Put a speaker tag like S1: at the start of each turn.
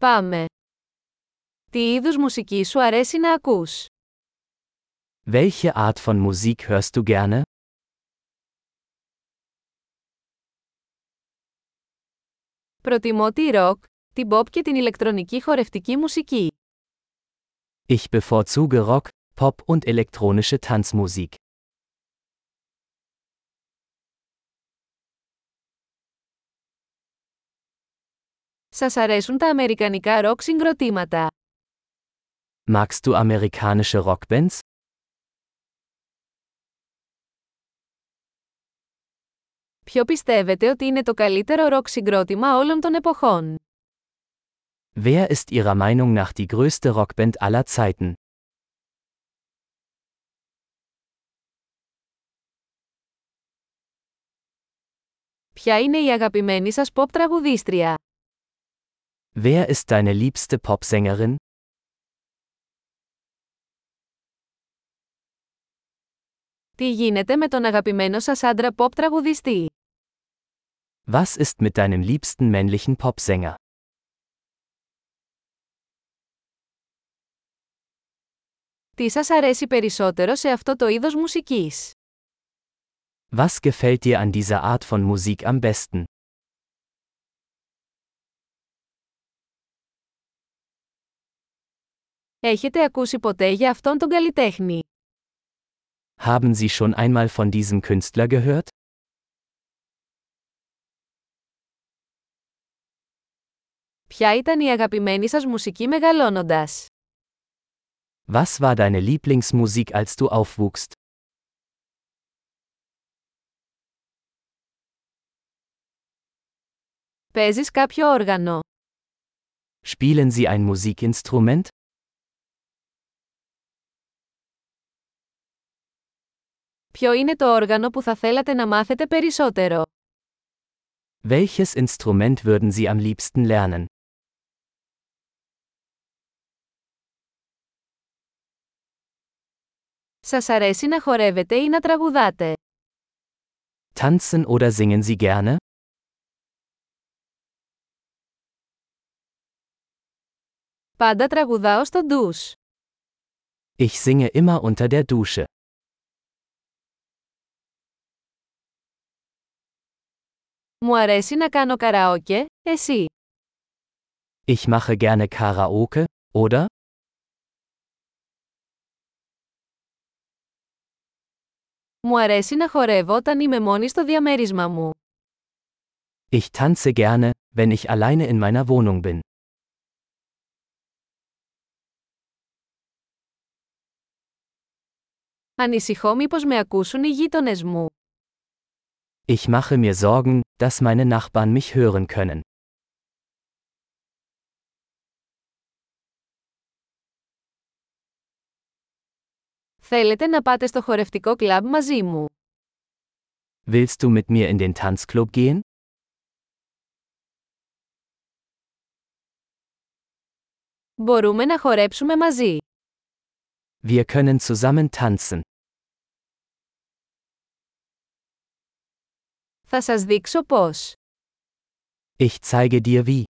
S1: Πάμε. Τι είδους μουσική σου αρέσει να ακούς?
S2: Welche Art von Musik hörst du gerne?
S1: Προτιμώ τη ροκ, την pop και την ηλεκτρονική χορευτική μουσική.
S2: Ich bevorzuge Rock, Pop und elektronische Tanzmusik.
S1: Σας αρέσουν τα αμερικανικά ροκ συγκροτήματα.
S2: Magst du amerikanische Rockbands?
S1: Ποιο πιστεύετε ότι είναι το καλύτερο ροκ συγκρότημα όλων των εποχών?
S2: Wer ist Ihrer Meinung nach die größte Rockband aller Zeiten?
S1: Ποια είναι η αγαπημένη σας pop τραγουδίστρια?
S2: Wer ist deine liebste Popsängerin?
S1: Τι γίνεται με τον αγαπημένο σας άντρα pop τραγουδιστή?
S2: Was ist mit deinem liebsten männlichen Popsänger?
S1: Τι σας αρέσει περισσότερο σε αυτό το είδος μουσικής?
S2: Was gefällt dir an dieser Art von Musik am besten?
S1: Έχετε ακούσει ποτέ για αυτόν τον καλλιτέχνη?
S2: Haben Sie schon einmal von diesem Künstler gehört?
S1: Ποια ήταν η αγαπημένη σας μουσική μεγαλώνοντας?
S2: Was war deine Lieblingsmusik, als du aufwuchst?
S1: Παίζεις κάποιο όργανο.
S2: Spielen Sie ein Musikinstrument?
S1: Ποιο είναι το όργανο που θα θέλατε να μάθετε περισσότερο?
S2: Welches Instrument würden Sie am liebsten lernen?
S1: Σας αρέσει να χορεύετε ή να τραγουδάτε.
S2: Tanzen oder singen Sie gerne?
S1: Πάντα τραγουδάω στο ντους.
S2: Ich singe immer unter der Dusche.
S1: Μου αρέσει να κάνω καραόκε, εσύ.
S2: Ich mache gerne Karaoke, oder?
S1: Μου αρέσει να χορεύω όταν είμαι μόνη στο διαμέρισμα μου.
S2: Ich tanze gerne, wenn ich alleine in meiner Wohnung bin.
S1: Ανησυχώ μήπως με ακούσουν οι γείτονες μου.
S2: Ich mache mir Sorgen, dass meine Nachbarn mich hören können.
S1: Θέλετε να πάτε στο χορευτικό κλαμπ μαζί μου.
S2: Willst du mit mir in den Tanzclub gehen?
S1: Μπορούμε να χορέψουμε μαζί.
S2: Wir können zusammen tanzen.
S1: Θα σας δείξω πώς.
S2: Ich zeige dir wie.